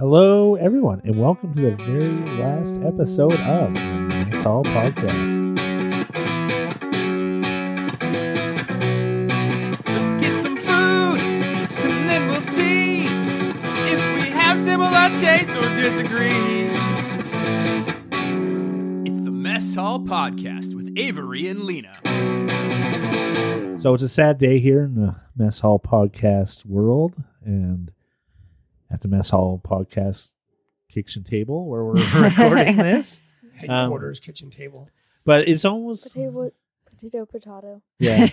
Hello, everyone, and welcome to the very last episode of It's All Podcast. Let's get some food, and then we'll see if we have similar tastes or disagree. It's the Mess Hall Podcast with Avery and Lena. So it's a sad day here in the Mess Hall Podcast world, and at the Mess Hall Podcast kitchen table where we're recording this. headquarters kitchen table. But it's almost Potato, potato, potato. yeah.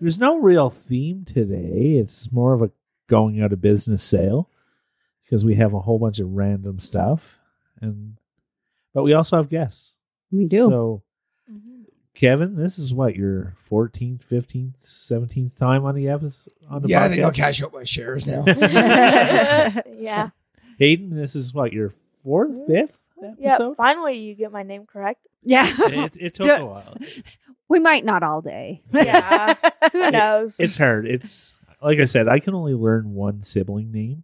There's no real theme today. It's more of a going out of business sale because we have a whole bunch of random stuff, and but we also have guests. We do. So Mm-hmm. Kevin, this is what your 14th, 15th, 17th time on the episode on the Yeah, podcast. I think I'll cash out my shares now. Yeah. Hayden, this is what your fourth, fifth Yeah. episode. Finally, you get my name correct. yeah. It, it took Do- a while. we might not all day. Yeah. Who knows? It's hard. It's like I said, I can only learn one sibling name.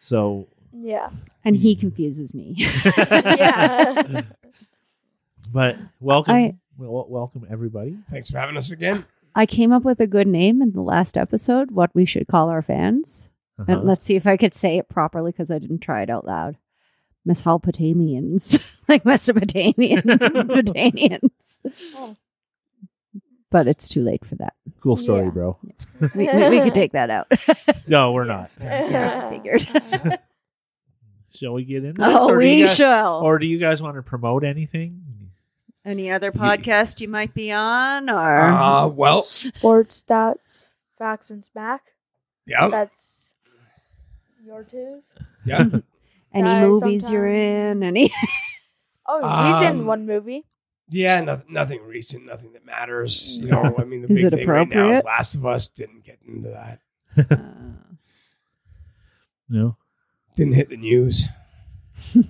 So yeah. and Mm. he confuses me. Yeah. but welcome, I- wel- welcome everybody. Thanks for having us again. I came up with a good name in the last episode, what we should call our fans. Uh-huh. And let's see if I could say it properly because I didn't try it out loud. Mesopotamians, like Mesopotamian, Mesopotamians. Oh. But it's too late for that. cool story, Yeah. bro. We, we, we could take that out. No, we're not. Yeah, I figured. Shall we get into this? oh, or do we you guys, shall. Or do you guys want to promote anything? Any other Ye- podcast you might be on, or Uh-huh. Uh, well, Sports stats, facts, and smack. Oh. yeah, That's your twos. yeah. any guys, movies you're in, sometime- any Oh, he's in Um, one movie. Yeah, no, nothing recent, nothing that matters. You know, I mean, the Is big it thing right now is appropriate? Last of Us. Didn't get into that. Uh, No. Didn't hit the news.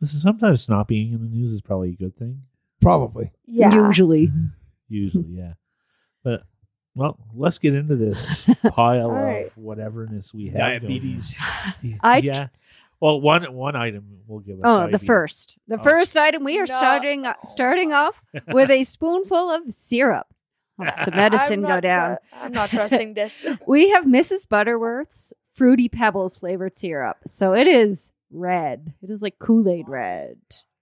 This is sometimes not being in the news is probably a good thing. Probably. Yeah. usually. Usually, yeah. But well, let's get into this pile All right. of whateverness we have. going Diabetes. on. I- yeah. Well, one one item will give us. Oh, the IBS. first. The Oh. first item we are No. starting uh, starting off with a spoonful of syrup. Helps the medicine I'm go not down. tru- I'm not trusting this. We have Mrs. Butterworth's fruity pebbles flavored syrup. So it is red. It is like Kool-Aid red.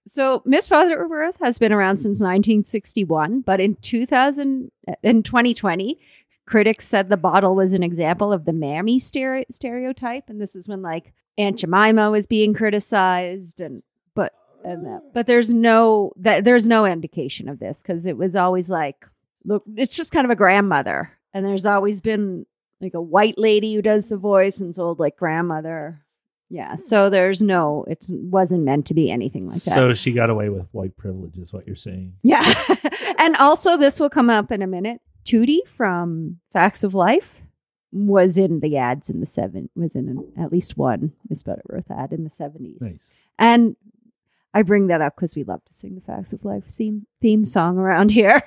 So Miss Butterworth has been around since 1961, but in 2000 in 2020 critics said the bottle was an example of the mammy stere- stereotype and this is when like aunt jemima was being criticized and but and that but there's no that there's no indication of this because it was always like look it's just kind of a grandmother and there's always been like a white lady who does the voice and it's old like grandmother yeah so there's no it wasn't meant to be anything like that So she got away with white privilege, is what you're saying. yeah. and also, this will come up in a minute. Tootie from Facts of Life was in the ads in the seven, was in an, at least one Miss Butterworth ad in the 70s. Nice. And I bring that up because we love to sing the Facts of Life theme, theme song around here.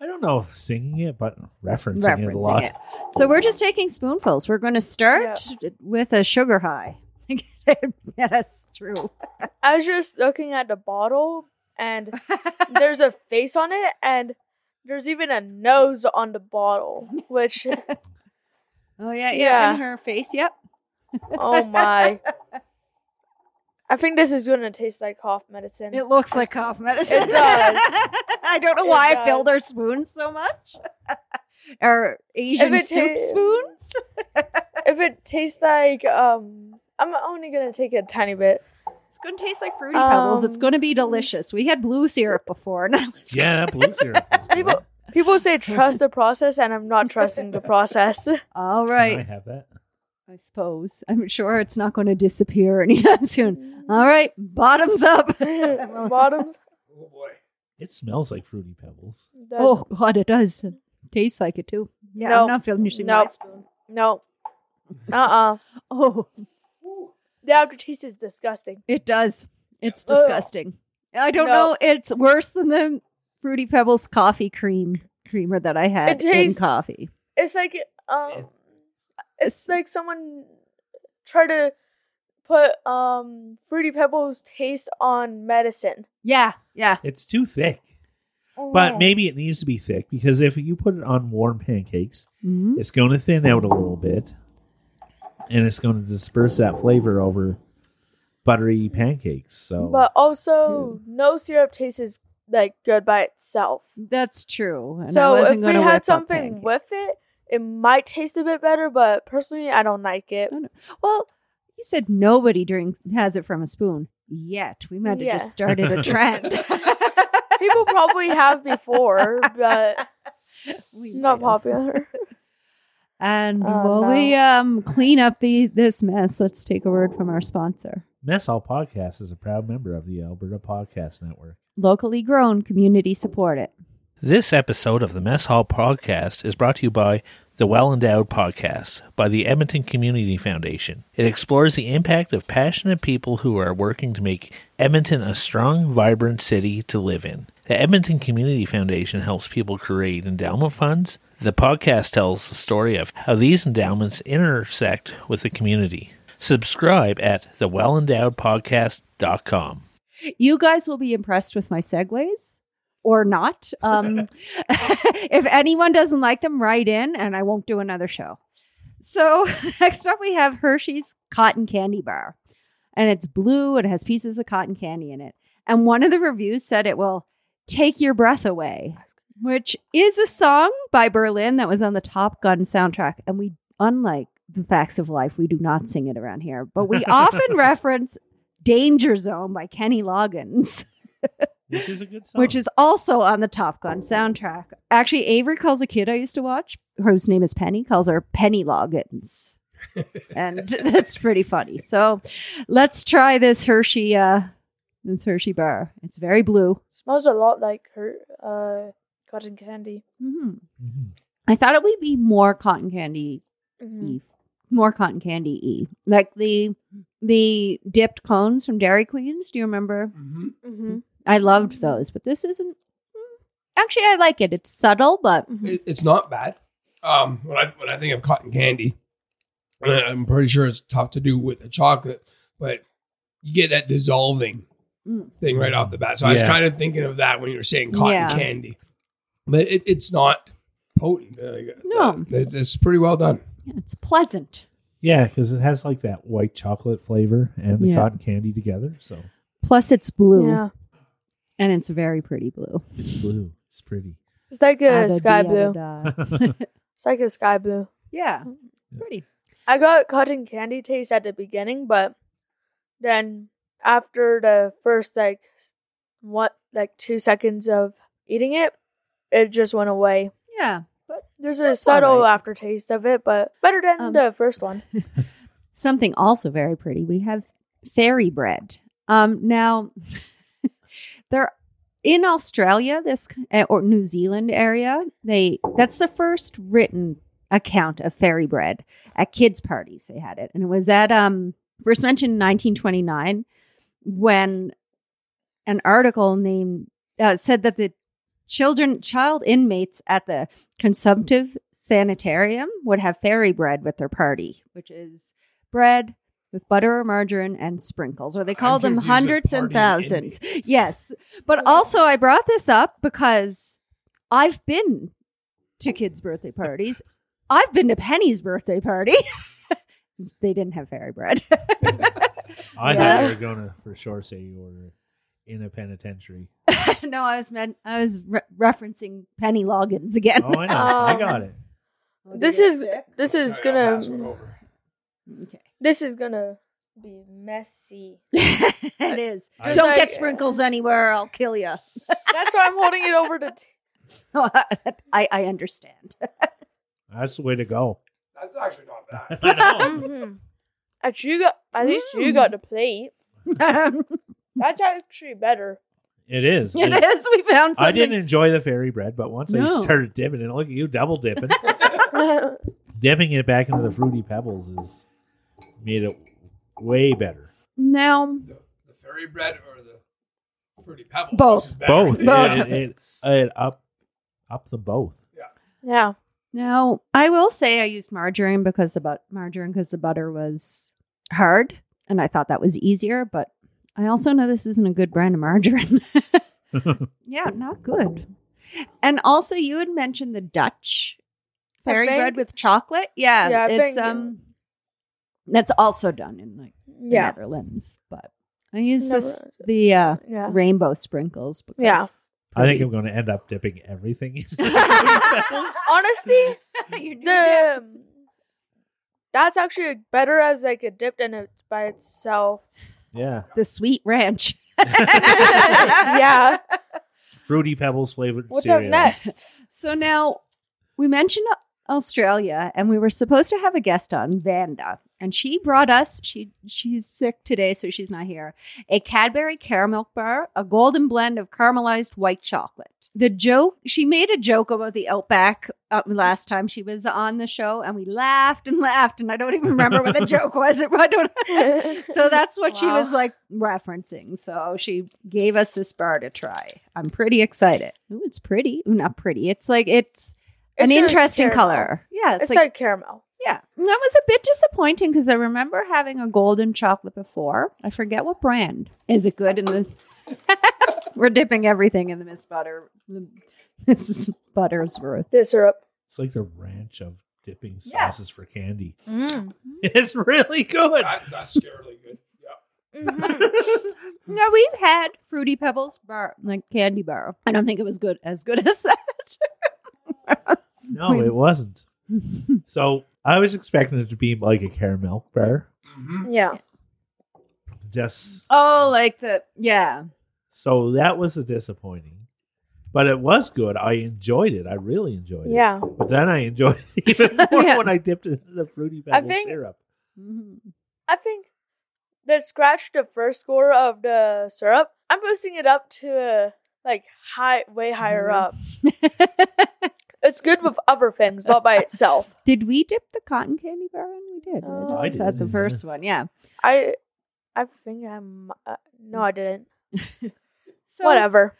I don't know if singing it, but referencing, it a lot. Referencing it. So we're just taking spoonfuls. We're going to start with a sugar high to get, get us through. I was just looking at the bottle, and there's a face on it, and there's even a nose on the bottle, which Oh, yeah, yeah. Yeah. In her face. Yep. Oh my. I think this is gonna taste like cough medicine. It looks like cough medicine. It does. I don't know It why I does. filled our spoons so much. our Asian it soup ta- spoons. if it tastes like um I'm only gonna take a tiny bit. It's going to taste like fruity pebbles. It's Um, going to be delicious. We had blue syrup before, and that was Yeah, that blue syrup. is good. People people say trust the process and I'm not trusting the process. all Can I right. have that. I suppose I'm sure it's not going to disappear anytime soon. All right, bottoms up. Bottoms Oh boy. It smells like fruity pebbles. does- Oh God, it does taste like it too. Yeah, No. I'm not finishing No. my spoon. no. Uh uh Oh, The aftertaste is disgusting. It does. It's Ugh. disgusting. I don't No. know. It's worse than the Fruity Pebbles coffee cream creamer that I had It tastes- in coffee. It's like um it's like someone tried to put um fruity pebbles taste on medicine. Yeah, yeah. It's too thick. Oh. Oh. But maybe it needs to be thick because if you put it on warm pancakes, Mhm. it's going to thin out a little bit and it's going to disperse that flavor over buttery pancakes. So But also, no syrup tastes like good by itself. That's true. And I so wasn't if we gonna whip up had something pancakes. with it, it might taste a bit better. But personally, I don't like it. Oh, no. Well, you said nobody drinks has it from a spoon. Yet we might have Yeah. just started a trend. People probably have before, but We not might have. popular. And Oh, while no. we um, clean up the this mess, let's take a word from our sponsor. Mess Hall Podcast is a proud member of the Alberta Podcast Network. Locally grown, community supported. This episode of the Mess Hall Podcast is brought to you by the Well Endowed Podcast by the Edmonton Community Foundation. It explores the impact of passionate people who are working to make Edmonton a strong, vibrant city to live in. The Edmonton Community Foundation helps people create endowment funds. The podcast tells the story of how these endowments intersect with the community. Subscribe at thewellendowedpodcast.com. You guys will be impressed with my segues or not. Um, if anyone doesn't like them, write in and I won't do another show. So, next up, we have Hershey's Cotton Candy Bar. And it's blue and it has pieces of cotton candy in it. And one of the reviews said it will take your breath away, which is a song by Berlin that was on the Top Gun soundtrack. And we, unlike the facts of life, we do not sing it around here, but we often reference Danger Zone by Kenny Loggins, Which is a good song. which is also on the Top Gun soundtrack. Actually, Avery calls a kid I used to watch, whose name is Penny, calls her Penny Loggins. and that's pretty funny. So let's try this Hershey uh this Hershey bar. It's very blue. Smells a lot like her uh, cotton candy. Mhm. Mhm. I thought it would be more cotton candy y, Mhm. more cotton candy y, like the the dipped cones from Dairy Queens. Do you remember? Mm-hmm. Mhm. I loved those, but this isn't. mm, Actually, I like it. It's subtle, but Mm-hmm. It, it's not bad. Um, when I when I think of cotton candy, and I- I'm pretty sure it's tough to do with the chocolate, but you get that dissolving Mm. thing right off the bat. So I was Yeah. kind of thinking of that when you were saying cotton Yeah. candy, but it, it's not potent. Uh, No. it, it's pretty well done. yeah, it's pleasant. Yeah, because it has like that white chocolate flavor and the Yeah. cotton candy together. So Plus, it's blue, Yeah, and it's very pretty blue. it's blue. It's pretty. it's like a Ada sky da blue. da. It's like a sky blue. yeah, pretty. I got cotton candy taste at the beginning, but then after the first like what like two seconds of eating it, it just went away. Yeah. There's a all subtle right. aftertaste of it, but better than Um, the first one. Something also very pretty. We have fairy bread. Um, now, there in Australia, this uh, or New Zealand area, they that's the first written account of fairy bread at kids' parties. They had it, and it was at um first mentioned in 1929 when an article named uh, said that the children child inmates at the consumptive sanitarium would have fairy bread with their party, which is bread with butter or margarine and sprinkles, or they I'm called them confused with hundreds and party thousands. inmates. Yes. But also, I brought this up because I've been to kids' birthday parties. I've been to Penny's birthday party. they didn't have fairy bread. I So thought that's- you were gonna for sure say you were in a penitentiary. no, I was meant, I was re- referencing Penny Loggins again. Oh, I know. I Um, got it. Oh. This is this Sorry, is I'll gonna pass one over. Okay. this is gonna be messy. it is. I- Don't like- get sprinkles anywhere. I'll kill you. That's why I'm holding it over to. T- I, I understand. That's the way to go. That's actually not bad. I know. Mhm. At you got at least you Mm. got the plate. it That's actually better. It is. It- is. We found something. I didn't enjoy the fairy bread, but once I No. started dipping it, look at you double dipping. I dipping it back into the fruity pebbles is made it way better. Now, the, the fairy bread or the fruity pebbles? Both. which is better. Both. Yeah. It, it, it up up them both. Yeah. Now, I will say I used margarine because the but- margarine because the butter was hard and I thought that was easier, but I also know this isn't a good brand of margarine. yeah, not good. And also, you had mentioned the Dutch I fairy think- bread with chocolate. Yeah, Yeah, I it's think- um, that's also done in like the Yeah. Netherlands, but I use Never- this the uh, Yeah. rainbow sprinkles because Yeah. I think I'm going to end up dipping everything in. Honestly, Your new dip. the that's actually better as like a dip than it by itself. yeah. the sweet ranch. Yeah. Fruity Pebbles flavored What's cereal. up next? So now we mentioned Australia and we were supposed to have a guest on, Vanda. And she brought us, she she's sick today, so she's not here. A Cadbury caramel bar, a golden blend of caramelized white chocolate. The joke, she made a joke about the Outback uh, last time she was on the show, and we laughed and laughed, and I don't even remember what the joke was. I don't, so that's what she Wow. was like referencing. So she gave us this bar to try. I'm pretty excited. Ooh, it's pretty. Ooh, not pretty. It's like it's, an just interesting caramel. color. Yeah, It's, it's, like, like, caramel. yeah. And That was a bit disappointing because I remember having a golden chocolate before. I forget what brand. Is it good in the? We're dipping everything in the Miss Butter. the- This is Buttersworth. The syrup. It's like the ranch of dipping Yeah. sauces for candy. Mm. It's really good. That, that's scarily good. Yeah. hmm No, we've had fruity pebbles bar, like candy bar. I don't think it was good as good as that. No, it wasn't. So I was expecting it to be like a caramel bar. Mhm. Yeah. Just Oh, like the yeah. so that was a disappointing. But it was good. I enjoyed it. I really enjoyed it. Yeah. But then I enjoyed it even more Yeah. when I dipped it into the fruity pebble think- syrup. I think they scratched the first score of the syrup. I'm boosting it up to uh, like high, way higher Mm-hmm. up. It's good with other things, not by itself. did we dip the cotton candy bar in? We did. Oh. right? I Is that did, the yeah. first one? Yeah. I, I think I'm. Uh, no, I didn't. So Whatever.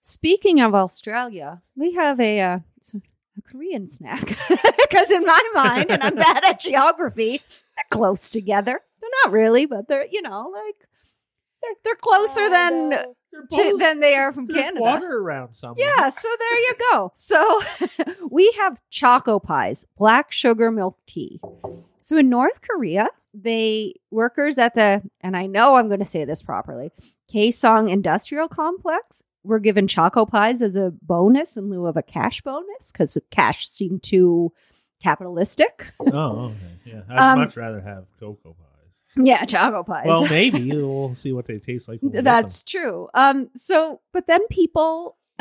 Speaking of Australia, we have a uh, s- a Korean snack because in my mind, and I'm bad at geography, they're close together. They're not really, but they're you know like they're they're closer than And, uh, to, than they are from There's Canada. water around somewhere. Yeah, so there you go. So we have choco pies, black sugar milk tea. So in North Korea, they workers at the and I know I'm going to say this properly, Kaesong Industrial Complex were given choco pies as a bonus in lieu of a cash bonus because cash seemed too capitalistic. Oh, okay. Yeah. I'd Um, much rather have cocoa pies. Yeah, choco pies. Well, maybe we'll see what they taste like. when we get them. That's true. Um, so, but then people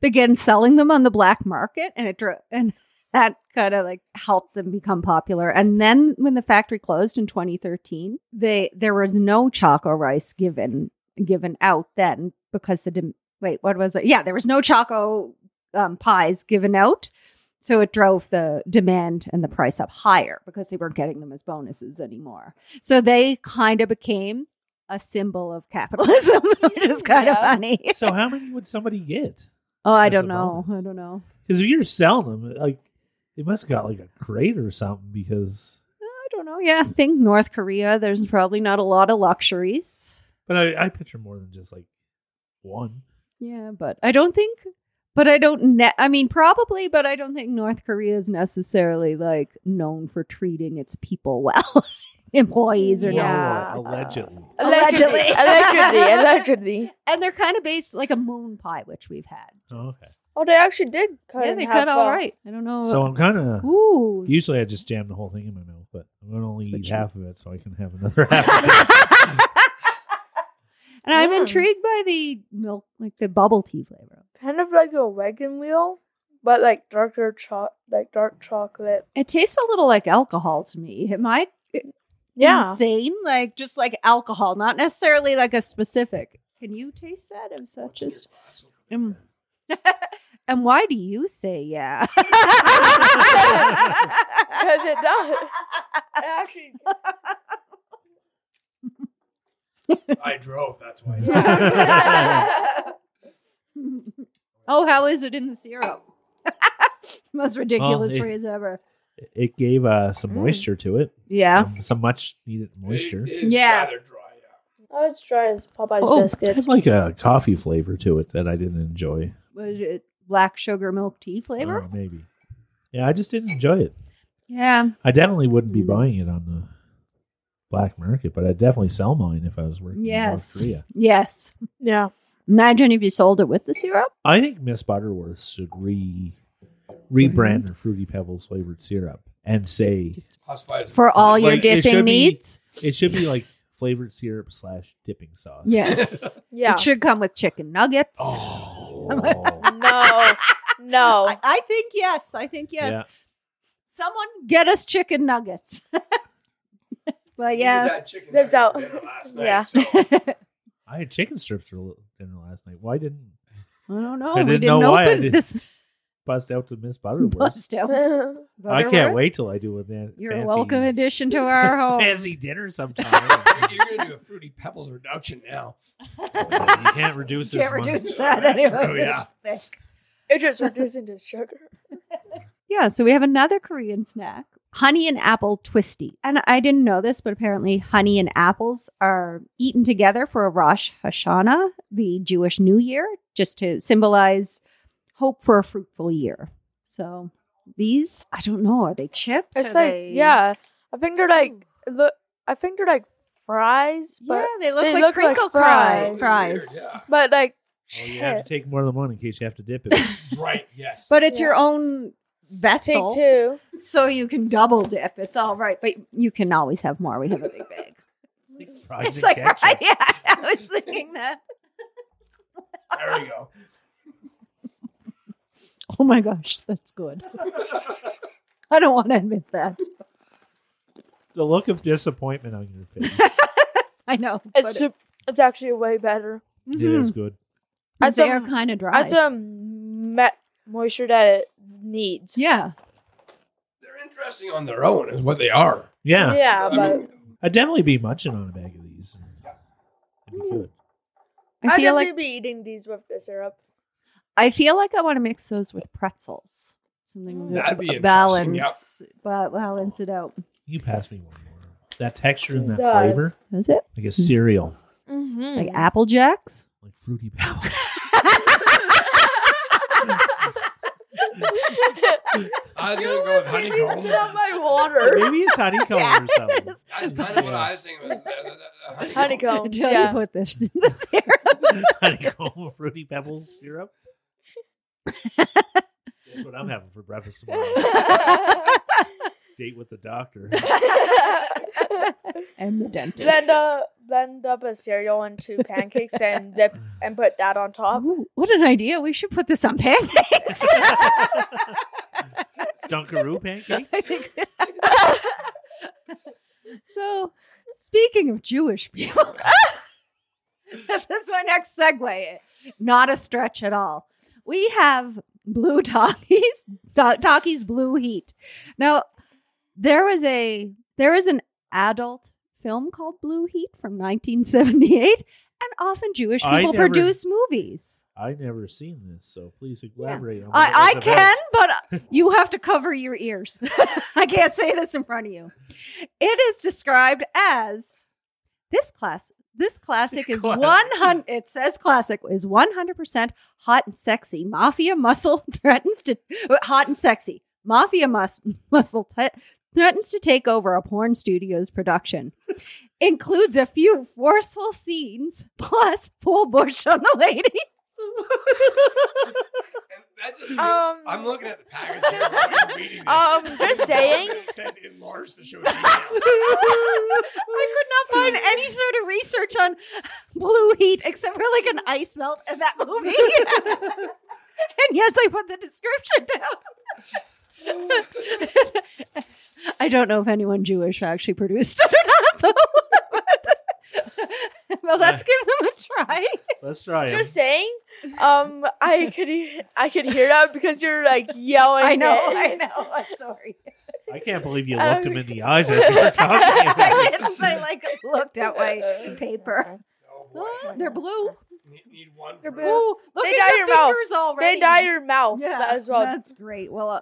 began selling them on the black market, and it dro- and that kind of like helped them become popular. And then when the factory closed in 2013, they there was no choco rice given given out then because the dem- wait what was it? Yeah, there was no choco um, pies given out. So it drove the demand and the price up higher because they weren't getting them as bonuses anymore. So they kind of became a symbol of capitalism, which is kind of Yeah. funny. so how many would somebody get? Oh, I As a don't know. bonus. I don't know. Because if you're selling them, like they must have got like a crate or something. Because, I don't know. Yeah, I think North Korea, there's probably not a lot of luxuries. but I, I picture more than just like one. Yeah, but I don't think, but I don't, ne- I mean, probably, but I don't think North Korea is necessarily like known for treating its people well. Employees are No, not. Yeah. allegedly. Allegedly. Allegedly, allegedly, allegedly. And they're kind of based like a moon pie, which we've had. Oh, okay. Oh, they actually did cut. yeah, in they half, cut all uh, right. I don't know. So I'm kind of. Ooh. Usually I just jam the whole thing in my mouth, but I'm gonna only That's what eat you- half of it so I can have another half. and I'm Yeah. intrigued by the milk, like the bubble tea flavor. Kind of like a wagon wheel, but like darker cho- like dark chocolate. It tastes a little like alcohol to me. Am I Yeah. insane? Like just like alcohol, not necessarily like a specific. Can you taste that? I'm such just. Mm. and why do you say yeah? Because it does. It actually I drove. That's why. oh, how is it in the syrup? Most ridiculous it- phrase ever. It gave uh, some Mm. moisture to it, Yeah. um, some much needed moisture. It is Yeah. rather dry. Yeah. I was try as Popeye's Oh, It biscuits. had like a coffee flavor to it that I didn't enjoy. Was it black sugar milk tea flavor? Uh, maybe. Yeah, I just didn't enjoy it. Yeah. I definitely wouldn't be Mm. buying it on the black market, but I'd definitely sell mine if I was working Yes. in North Korea. Yes. Yeah. Imagine if you sold it with the syrup. I think Miss Butterworth should re rebrand her fruity pebbles flavored syrup and say Classified as For all your Like, it should dipping be- needs. it should be like flavored syrup slash dipping sauce. Yes. Yeah. It should come with chicken nuggets. Oh. No. No. I, I think yes. I think yes. Yeah. Someone get us chicken nuggets. but yeah. Lives out. Yeah. yeah. So I had chicken strips for dinner last night. Why didn't I don't know. I we didn't didn't know why I open did- this bust out to Miss Butterworth? bust out. I Butterworth. can't wait till I do a man- You're a fancy, welcome addition to our home. fancy dinner sometime. you're gonna do a fruity pebbles reduction now. you can't reduce this Can't one. reduce that That's Oh, anyway. true, yeah. It's thick. It just reduces into sugar. Yeah, so we have another Korean snack, honey and apple twisty. And I didn't know this, but apparently honey and apples are eaten together for Rosh Hashanah, the Jewish New Year, just to symbolize hope for a fruitful year. So these, I don't know, are they chips? It's Are like they- yeah. I think they're like look. I think they're like fries, but yeah, they look they like look like crinkle fries. fry, Right. fries. but like Oh, you have shit. to take more than one in case you have to dip it. yeah. Right. Yes. But it's Yeah. your own take vessel. two. so you can double dip. It's all right, but you can always have more. We have a big bag. Fries it's and like ketchup. right, yeah, I was thinking that. there we go. Oh my gosh, that's good. I don't want to admit that. The look of disappointment on your face. I know It's but- su- it's actually way better. It Mhm. is good. But That's, They are um, kind of dry. Adds some me- moisture that it needs. yeah, They're interesting on their own, is what they are. Yeah, Yeah, I but mean, I'd definitely be munching on a bag of these. It'd be good. I I'd feel definitely like be eating these with the syrup. I feel like I want to mix those with pretzels. Mm. Something That'd be to interesting, balance, but balance it out. You pass me one more. That texture and that It does. flavor, Is it like a cereal, Mm-hmm. like apple jacks? like fruity pebbles. I was gonna go with honeycomb. Not my water. Maybe it's honeycomb or something. That's kind of what I was thinking. Was the, the, the honeycomb. Honeycomb. Until you Yeah. put this in the syrup. honeycomb fruity pebbles syrup. That's what I'm having for breakfast tomorrow. Date with the doctor. and the dentist. blend up, blend up a cereal into pancakes and dip, and put that on top. Ooh, what an idea! We should put this on pancakes. Dunkaroo pancakes. I think. so, speaking of Jewish people, this is my next segue. Not a stretch at all. We have blue talkies, Ta- talkies blue heat. Now, there was a there is an adult film called Blue Heat from 1978, and often Jewish I people never- produce movies. I never seen this, so please elaborate. on what I, I it's about. can, but uh, you have to cover your ears. I can't say this in front of you. It is described as this class. This classic is Classic. one hundred. It says classic is one hundred percent hot and sexy. Mafia muscle threatens to uh, hot and sexy. Mafia mus- muscle te- threatens to take over a porn studio's production. Includes a few forceful scenes plus full bush on the lady. And that just means Um, I'm looking at the package. here while you're reading this. Um, just It saying. says enlarge the show. detail. I could not find any sort of research on blue heat except for like an ice melt in that movie. and yes, I put the description down. I don't know if anyone Jewish actually produced it or not, though. well, let's give them a try. Let's try it. Just saying, um, I could he- I could hear that because you're like yelling. I know, it. I know. I'm sorry. I can't believe you Um, looked him in the eyes as you were talking. I About it. didn't. I like looked at my paper. Oh boy. Oh, they're blue. Need, need one. They're for- blue. Ooh, look They at dye your your mouth. fingers already. They dye your mouth Yeah, as well. That's great. Well, uh,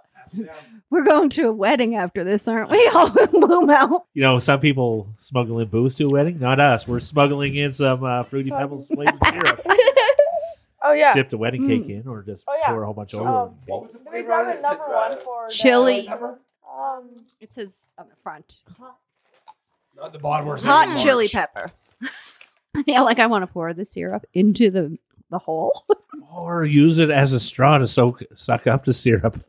We're going to a wedding after this, aren't we? All in Blue Mount. You know, some people smuggle in booze to a wedding. Not us. We're smuggling in some uh, fruity pebbles flavored syrup, oh yeah. dip the wedding cake Mm. in, or just Oh, yeah. pour a whole bunch Um, over it. What was the Do we flavor on grab it? another one Uh, for the- Chili. Um, It says on the front. Not the bottom or Hot something. chili pepper. yeah, like I want to pour the syrup into the the hole. or use it as a straw to soak suck up the syrup.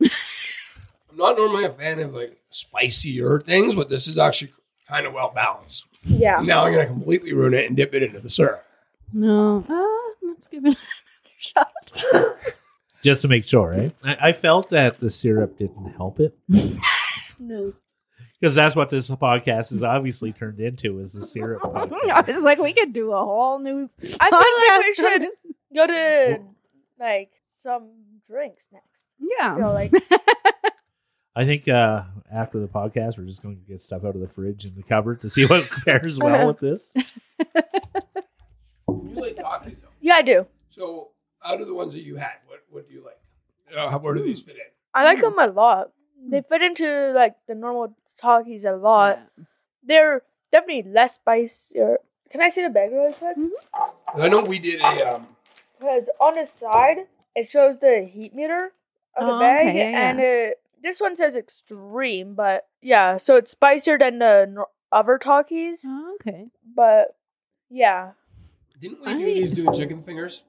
I'm not normally a fan of like spicier things, but this is actually kind of well balanced. yeah. Now I'm gonna completely ruin it and dip it into the syrup. No. Uh, let's give it another shot. just to make sure, right? I, I felt that the syrup didn't help it No. because that's what this podcast is obviously turned into is the syrup. I was like, we could do a whole new I feel podcast like on we should go to like some drinks next. Yeah. You know, like I think uh, after the podcast, we're just going to get stuff out of the fridge and the cupboard to see what pairs Uh-huh. well with this. You like coffee though, yeah, I do. so out of the ones that you had, what what do you like? Uh, how, where do these fit in? I like Hmm. them a lot. They fit into like the normal talkies a lot. Oh, They're definitely less spicier. Can I see the bag really quick? 'Cause I know we did a um, Because on the side it shows the heat meter of Oh, the bag, okay, yeah, and it, this one says extreme, but yeah, so it's spicier than the nor- other talkies. Oh, okay. But yeah, Didn't we do these doing chicken fingers?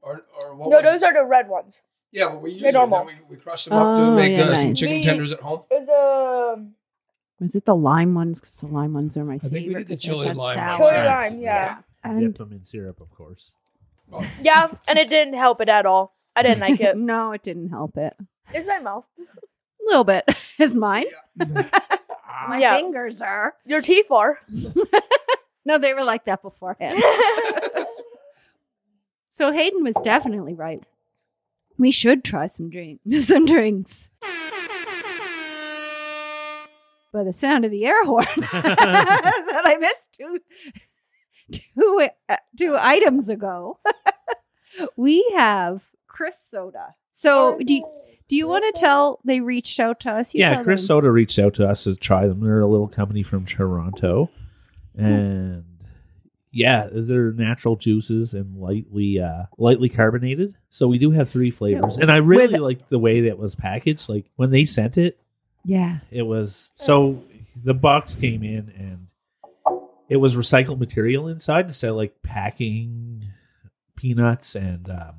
Or, or what no, was it? those are the red ones. Yeah, but we used They're them. normal. We, we crushed them up to Oh, make yeah, uh, some nice. chicken We- tenders at home. There's the um, Was it the lime ones? Because the lime ones are my think we favorite. did the 'cause they chili said lime ones. sour. chili Sour. lime, yeah. Dip And them in syrup, of course. Oh, yeah, and it didn't help it at all. I didn't like it. no, it didn't help it. A Is my mouth? little bit. Is mine? ah, My Yeah. fingers are. Your teeth are. No, they were like that beforehand. so Hayden was definitely right. We should try some drink, some drinks. By the sound of the air horn, that I missed two, two, uh, two items ago, we have Chris Soda. So do you, do you want to tell? They reached out to us. You yeah, tell Chris them. Soda reached out to us to try them. They're a little company from Toronto, Hmm. and yeah, they're natural juices and lightly uh, lightly carbonated. So we do have three flavors, and I really Oh, With- like the way that was packaged. Like when they sent it, Yeah. it was so the box came in and it was recycled material inside instead of like packing peanuts and um,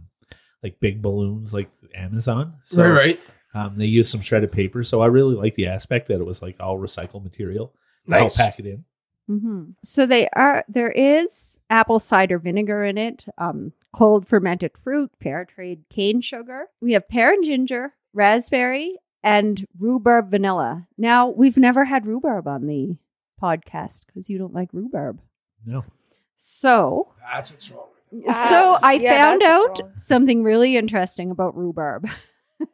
like big balloons like Amazon. So right, right. um, they used some shredded paper, so I really like the aspect that it was like all recycled material. Nice. I'll pack it in. Mm-hmm. So they are. There is apple cider vinegar in it, um, cold fermented fruit, pear trade cane sugar. We have pear and ginger, raspberry, and rhubarb vanilla. Now we've never had rhubarb on the podcast because you don't like rhubarb. No, So, That's what's wrong. with it. Ah, so I yeah, found that's out wrong. something really interesting about rhubarb.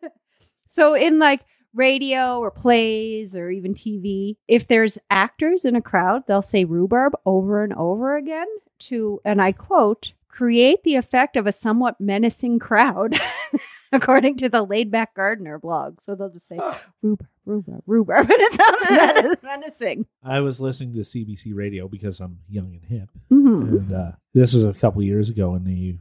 so in like radio or plays or even TV, if there's actors in a crowd, they'll say rhubarb over and over again to, and I quote, create the effect of a somewhat menacing crowd, according to the Laid Back Gardener blog. So they'll just say Huh. rhubarb, rhubarb, rhubarb, and it sounds men- menacing. I was listening to CBC radio because I'm young and hip, Mhm. and uh, this was a couple years ago, and they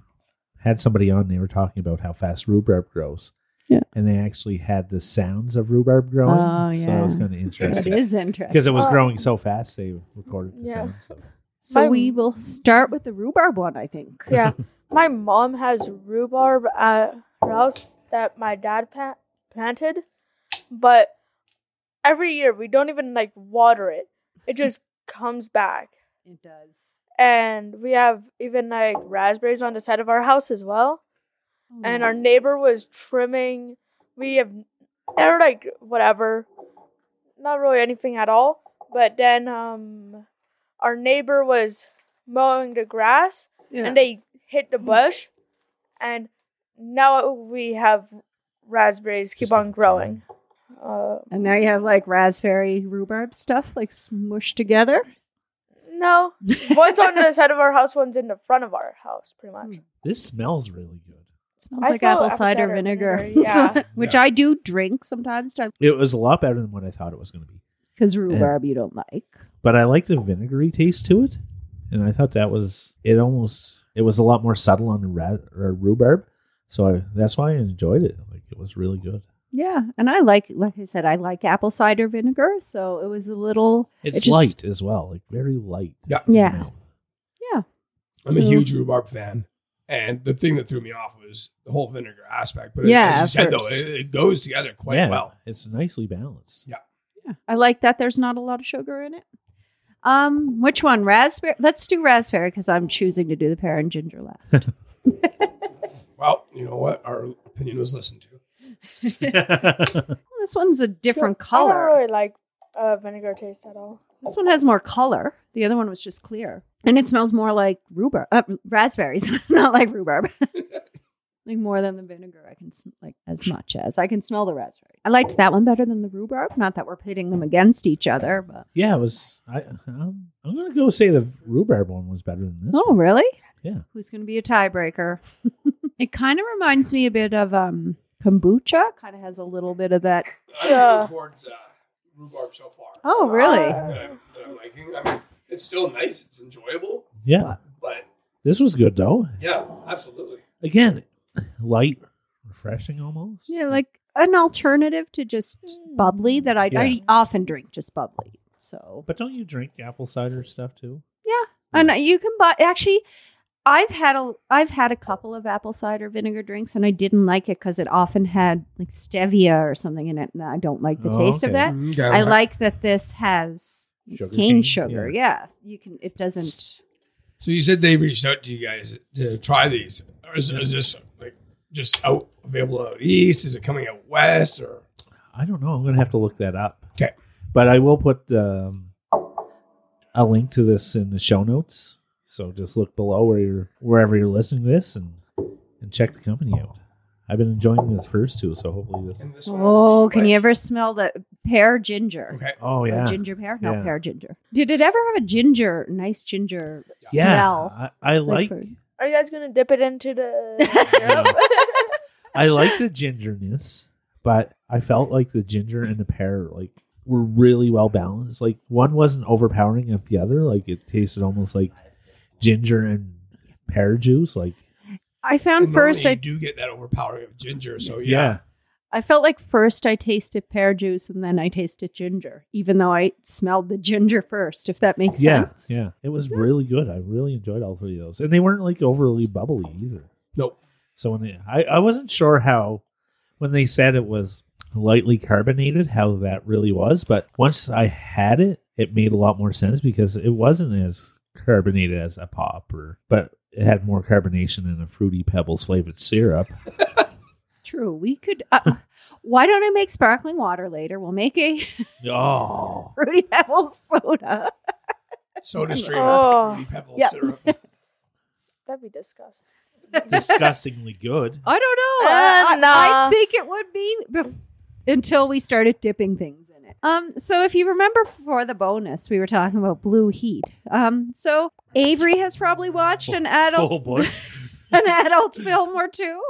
had somebody on. They were talking about how fast rhubarb grows. Yeah. and they actually had the sounds of rhubarb growing. Oh, so yeah. it was kind of It interesting is interesting. because it was Oh. growing so fast. They recorded the Yeah. sounds. So. So My- we will start with the rhubarb one, I think. Yeah, my mom has rhubarb at her house that my dad pa- planted, but every year we don't even like water it. It just comes back, It does. and we have even like raspberries on the side of our house as well. And our neighbor was trimming. We have or like whatever, not really anything at all. But then um, our neighbor was mowing the grass and they hit the bush, and now we have raspberries keep Just on like- growing. Uh, And now you have like raspberry rhubarb stuff like smushed together. no, Hmm, one's on the side of our house, one's in the front of our house, pretty much. This smells really good. smells I like smell apple, cider, vinegar, yeah. which Yeah. I do drink sometimes It was a lot better than what I thought it was going to be. because rhubarb you don't like. But I like the vinegary taste to it. And I thought that was, it almost, it was a lot more subtle on the ra- or rhubarb. So I, that's why I enjoyed it. Like it was really good. Yeah, and I like, like I said, I like apple cider vinegar, so it was a little. It's It just- light as well, like very light. Yeah. in the Yeah. mouth. I'm a So- huge rhubarb fan, and the thing that threw me off was the whole vinegar aspect. But Yeah, yeah, as you at said though, first. it, it goes together quite Yeah, well. It's nicely balanced. Yeah, I like that. There's not a lot of sugar in it. Um, which one? Raspberry. Let's do raspberry because I'm choosing to do the pear and ginger last. Well, you know what? Our opinion was listened to. this one's a different I color. don't really like uh, vinegar taste at all. This one has more color. The other one was just clear, and it smells more like rhubarb, uh, raspberries, not like rhubarb. like more than the vinegar, I can sm- like as much as I can smell the raspberry. I liked that one better than the rhubarb. Not that we're pitting them against each other, but yeah, it was. I, um, I'm going to go say the rhubarb one was better than this. oh, one. really? Yeah. Who's going to be a tiebreaker? it kind of reminds me a bit of um kombucha. Kind of has a little bit of that. I'm Yeah. leaning towards uh, rhubarb so far. Oh, really? That I'm, that I'm liking. I mean, it's still nice. It's enjoyable, Yeah. but This was good, though. yeah, absolutely. Again, light, refreshing almost. Yeah, Hmm. like an alternative to just bubbly that I, Yeah. I often drink just bubbly. So But don't you drink apple cider stuff too? And you can buy actually I've had a I've had a couple of apple cider vinegar drinks and I didn't like it cuz it often had like stevia or something in it and I don't like the Oh, taste of okay. Mm. that. Mm-hmm, I like that this has Sugar cane, cane, sugar. Yeah. You can it doesn't So you said they reached out to you guys to try these. Or is, is this like just out available out east? Is it coming out west? Or I don't know. I'm going to have to look that up. 'Kay. But I will put um, a link to this in the show notes. So just look below where you're, wherever you're listening to this and, and check the company out. I've been enjoying the first two, so hopefully this. in this one? Oh, can you Right. ever smell the pear ginger? Okay. Oh, Or yeah. ginger pear? No, Yeah. pear ginger. Did it ever have a ginger, nice ginger yeah. smell? I, I like for- Are you guys gonna dip it into the? No. syrup? I like the gingerness, but I felt like the ginger and the pear like were really well balanced. Like one wasn't overpowering of the other. Like it tasted almost like ginger and pear juice. Like I found And first normally I you do get that overpowering of ginger. So yeah, Oh, yeah, I felt like first I tasted pear juice and then I tasted ginger, even though I smelled the ginger first, if that makes yeah, sense. yeah. It was really good. I really enjoyed all three of those, and they weren't like overly bubbly either. Nope. So when they, I I wasn't sure how when they said it was lightly carbonated how that really was, but once I had it, it made a lot more sense because it wasn't as carbonated as a pop or but it had more carbonation than a fruity pebbles flavored syrup. True. We could. Uh, why don't I make sparkling water later? We'll make a Oh. fruity apple soda. Soda stream, Oh. fruity pebble Yeah. syrup. That'd be disgusting. Disgustingly good. I don't know. Uh, I, I- I nah. think it would be bef- until we started dipping things in it. Um. So if you remember for the bonus, we were talking about blue heat. Um. So Avery has probably watched Oh, an adult Full bush. an adult film or two.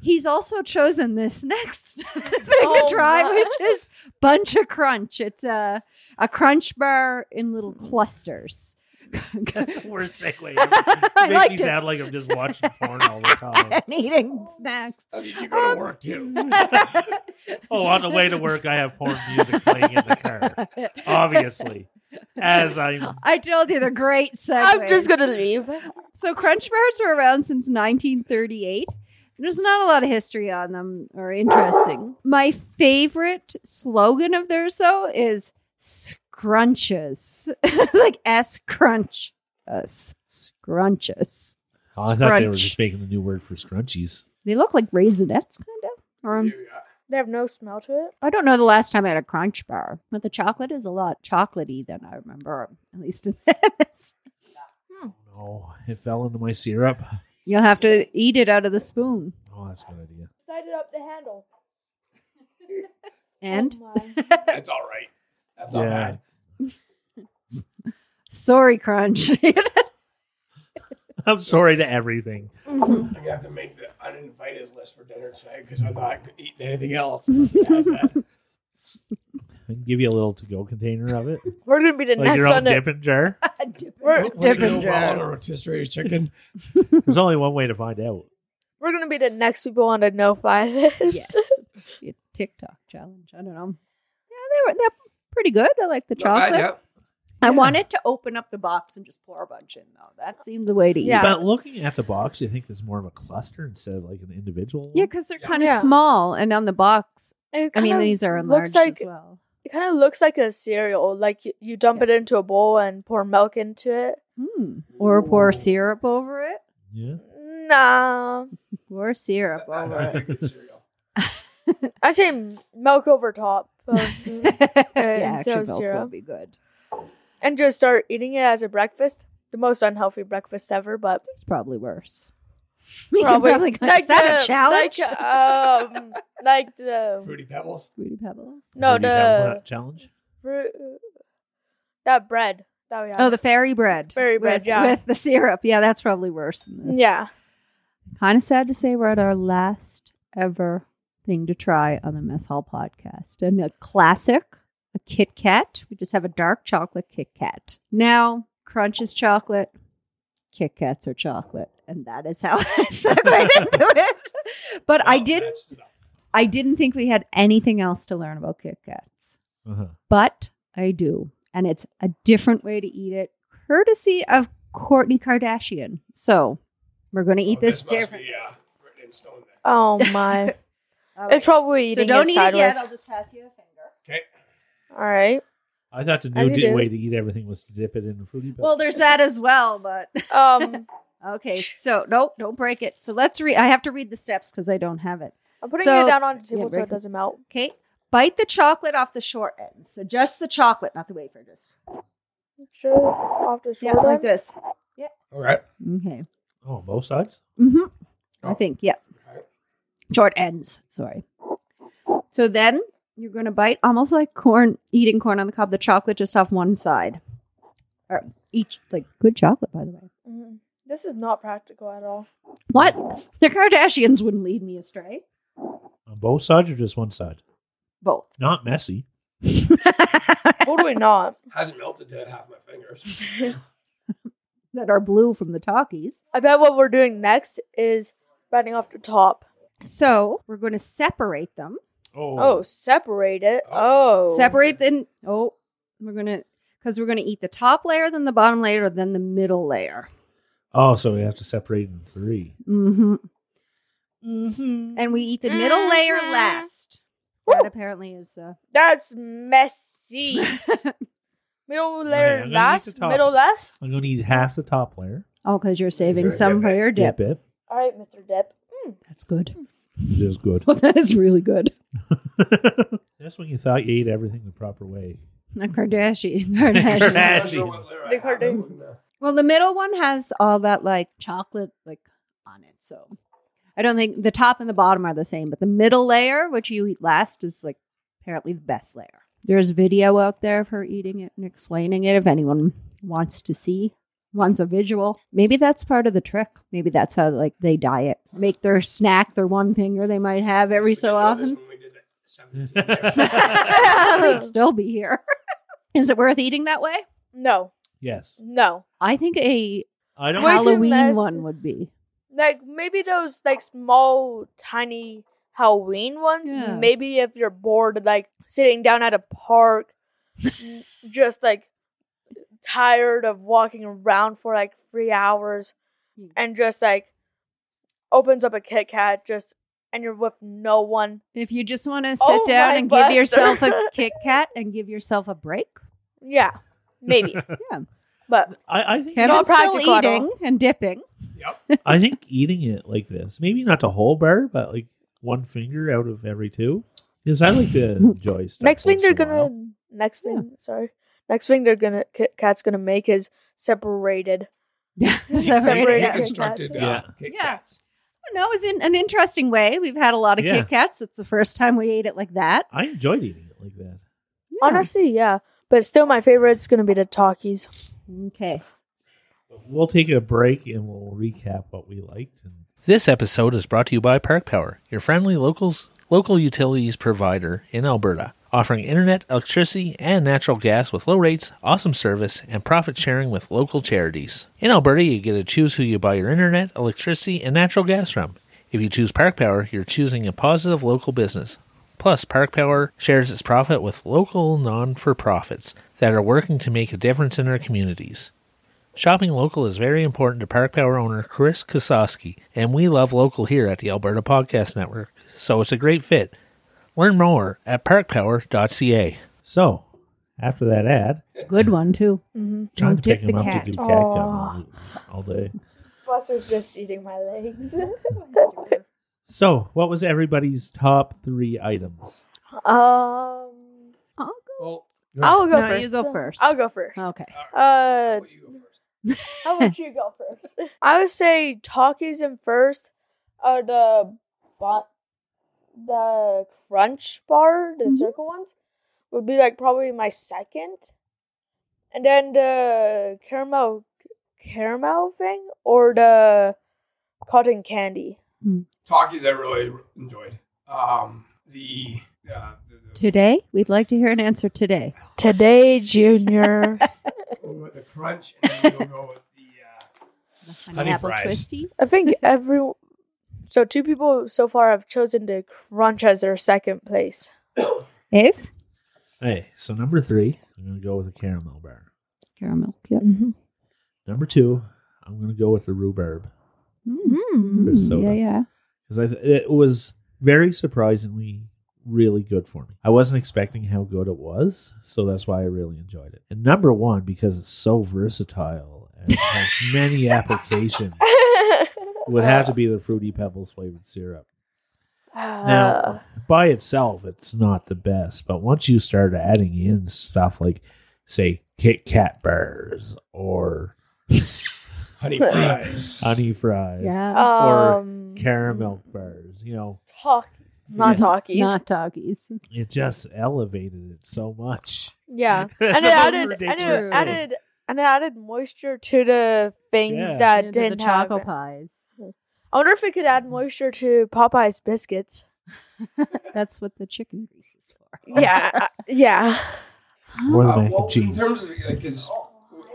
He's also chosen this next thing Oh, to try, my. which is Bunch of Crunch. It's a, a crunch bar in little clusters. Mm. That's the worst segue. I Make like me it. sound like I'm just watching porn all the time. and eating snacks. Um, I mean, you go to work too. oh, on the way to work, I have porn music playing in the car. Obviously, as I'm I told you they're great segues. I'm just gonna leave. So crunch bars were around since 1938. There's not a lot of history on them or interesting. My favorite slogan of theirs though is scrunches. it's like S crunch us scrunches. Oh, I thought they were Scrunch. just making the new word for scrunchies. They look like raisinettes kind of. Or um, They have no smell to it. I don't know the last time I had a crunch bar, but the chocolate is a lot chocolatey than I remember, at least in this. Oh, No, it fell into my syrup. You'll have to eat it out of the spoon. Oh, that's a good idea. Slide it up the handle. And Oh my. That's all right. That's not Yeah. bad. sorry, crunch. I'm sorry to everything. Mhm. I got to make the uninvited list for dinner tonight because I'm not eating anything else. That's I can give you a little to-go container of it, We're gonna be the like next your own on the dipping jar. we're, Dipping jar. on a rotisserie chicken. There's only one way to find out. we're gonna be the next people on the no fly list. yes. Your TikTok challenge. I don't know. Yeah, they were they're pretty good. I like the Not bad, chocolate. yeah. I Yeah. wanted to open up the box and just pour a bunch in though. That seemed the way to Yeah. eat. But looking at the box, you think it's more of a cluster instead of like an individual. Yeah, because they're Yeah. kind of Yeah. small, and on the box, It I mean, kinda these are looks enlarged like as well. it kind of looks like a cereal. Like you, you dump it into a bowl and pour milk into it. Hmm. Or pour Ooh. syrup over it. yeah. Nah, Pour syrup Not over it. bad, good cereal. I say m- milk over top, of- yeah, so actually, milk syrup. would be good. and just start eating it as a breakfast. The most unhealthy breakfast ever, but It's probably worse. We could probably, go- is that the- a challenge? Like, um, like the Fruity Pebbles. Fruity Pebbles. no Fruity Pebble the Nut challenge. fruit, that bread that we have. Oh, the fairy bread. Fairy bread, with, yeah. With the syrup. Yeah, that's probably worse than this. yeah. Kind of sad to say we're at our last ever thing to try on the Mess Hall podcast. And a classic, a Kit Kat. We just have a dark chocolate Kit Kat. Now, Crunch is chocolate, Kit Kats are chocolate. And that is how I segued into it. But I No, didn't that's- no. I didn't think we had anything else to learn about Kit Kats. Uh-huh. but I do. And it's a different way to eat it, courtesy of Courtney Kardashian. So we're going to eat Oh, this, must different. Be, uh, written in stone then. Oh my! All it's right. probably so eating don't it eat sideways. it yet. I'll just pass you a finger. Okay. All right. I thought the As new you di- do. way to eat everything was to dip it in fruity. Pebbles. Well, there's that as well, but Um, okay. So nope, don't break it. So let's read. I have to read the steps because I don't have it. I'm putting So- it down on the table so break it it. doesn't melt. Okay, bite the chocolate off the short end. So just the chocolate, not the wafer. Just Sure, off the yeah, shoulder. like this. All right. Okay. oh, both sides. Mm-hmm. I Oh. think, yeah. Alright. Short ends. Sorry. So then you're going to bite almost like corn, eating corn on the cob, the chocolate just off one side. Or each, like, good chocolate, by the way. Mhm. This is not practical at all. What? The Kardashians wouldn't lead me astray. On both sides or just one side? Both. Not messy. that Totally not. Hasn't melted to half my fingers. are blue from the talkies. I bet what we're doing next is biting off the top. So we're going to separate them. Oh, separate it. Oh. Oh, Separate then. Oh, we're going to, because we're going to eat the top layer, then the bottom layer, then the middle layer. Oh, so we have to separate in three. Mm hmm. Mhm. and we eat the middle layer Mhm. last. Woo. That apparently is uh, the That's messy. middle Alright, I'm layer gonna eat the last. top. Middle last. I'm gonna eat half the top layer. oh, because you're saving Sure, some dip for it. your dip. Dip it. All right, Mr. Dip. That's good. It is good. Well, that is really good. That's when you thought you ate everything the proper way. A Kardashian. Kardashian. Kardashian. I'm not sure what layer I The have. Kardashian. I'm gonna- well, the middle one has all that like chocolate like on it, so I don't think the top and the bottom are the same, but the middle layer, which you eat last, is like apparently the best layer. There's video out there of her eating it and explaining it if anyone wants to see. Wants a visual. Maybe that's part of the trick. Maybe that's how like they diet. Make their snack their one finger they might have every Yes, we so did do often. this when we did that 17 years. They'd still be here. Is it worth eating that way? No, Yes. no. I think a I don't. Way too Halloween messy. one would be. Like maybe those like small, tiny Halloween ones. Yeah. Maybe if you're bored, like sitting down at a park, n- just like tired of walking around for like three hours, Hmm. and just like opens up a Kit Kat, just and you're with no one. If you just want to sit Oh down my and Buster. give yourself a Kit Kat and give yourself a break, Yeah, maybe. Yeah. but I, I think. Kevin- Kevin's still practical at all. eating and dipping. Yep. I think eating it like this, maybe not the whole bar, but like one finger out of every two, because I like to enjoy stuff. next thing once they're in a gonna while. next Yeah. thing sorry next thing they're gonna Kit Kat's gonna make is separated. Yeah. Separated. Separated. Deconstructed. Yeah. Uh, Kit Yeah. Kats. No, it's in an interesting way. We've had a lot of Yeah. Kit Kats. It's the first time we ate it like that. I enjoyed eating it like that. Honestly, yeah. But still, my favorite's gonna be the talkies. Okay. We'll take a break and we'll recap what we liked. And This episode is brought to you by Park Power, your friendly locals local utilities provider in Alberta, offering internet, electricity, and natural gas with low rates, awesome service, and profit sharing with local charities. In Alberta, you get to choose who you buy your internet, electricity, and natural gas from. If you choose Park Power, you're choosing a positive local business. Plus, Park Power shares its profit with local non for profits that are working to make a difference in our communities. Shopping local is very important to Park Power owner Chris Kososki, and we love local here at the Alberta Podcast Network, so it's a great fit. Learn more at parkpower.ca. so, after that ad, Good one too. Mm-hmm. trying Don't to pick dip the him up cat. to do cat Aw. gum all day. Buster's just eating my legs. So, what was everybody's top three items? um, I'll go. Well, I'll go No, first. you go first. I'll go first. Okay. Uh, you go first? how about you go first? I would say Takis in first. Uh, the but the crunch bar, the Mhm. circle ones, would be like probably my second, and then the caramel caramel thing or the cotton candy. Talkies I really enjoyed. Um, the, uh, the, the Today, we'd like to hear an answer today. Today, Junior. We'll go with the crunch, and then we'll go with the. uh, The Honey apple fries. twisties. I think every so two people so far have chosen to crunch as their second place. If Hey, so number three, I'm going to go with a caramel bar. caramel. Yep. Mm-hmm. Number two, I'm going to go with the rhubarb Mm-hmm. Mm. There's soda. Yeah, yeah. because I it was very surprisingly really good for me. I wasn't expecting how good it was, so that's why I really enjoyed it. And number one because it's so versatile and has many applications. Would have to be the fruity pebbles flavored syrup. Uh, Now, by itself, it's not the best, but once you start adding in stuff like, say, Kit Kat bars or Uh, honey fries. honey fries Yeah. or um, caramel bars, you know, Talkies, not Yeah. talkies. Not doggies. it just elevated it so much. yeah, It's and it a whole added, and ridiculous it thing. added, and it added moisture to the things Yeah. that Into didn't the have. choco it. pies. I wonder if it could add moisture to Popeye's biscuits. That's what the chicken grease is for. Yeah, uh, yeah. More Uh, than mac well, and in cheese. terms of like, is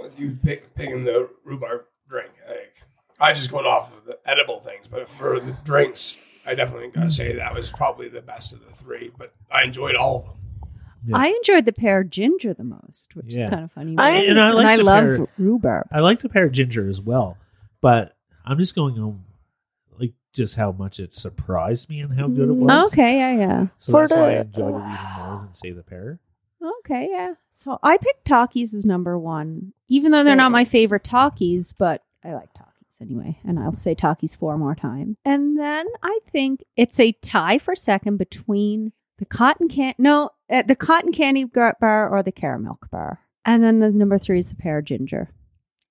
with you pick, picking the rhubarb drink, like, I just going off of the edible things, but for the drinks, I definitely gotta say that was probably the best of the three. But I enjoyed all of them. Yeah. I enjoyed the pear ginger the most, which Yeah. is kind of funny. I- but- and I like the love pear- rhubarb. I like the pear ginger as well, but I'm just going on like just how much it surprised me and how good it was. Mm, Okay, yeah, yeah. so For that's why I the- enjoyed it even more than say the pear. Okay, yeah. So I picked Takis as number one, even though they're not my favorite Takis, but I like Takis anyway, and I'll say Takis four more times. And then I think it's a tie for second between the cotton can no uh, the cotton candy gar- bar or the caramel bar, and then the number three is the pear ginger.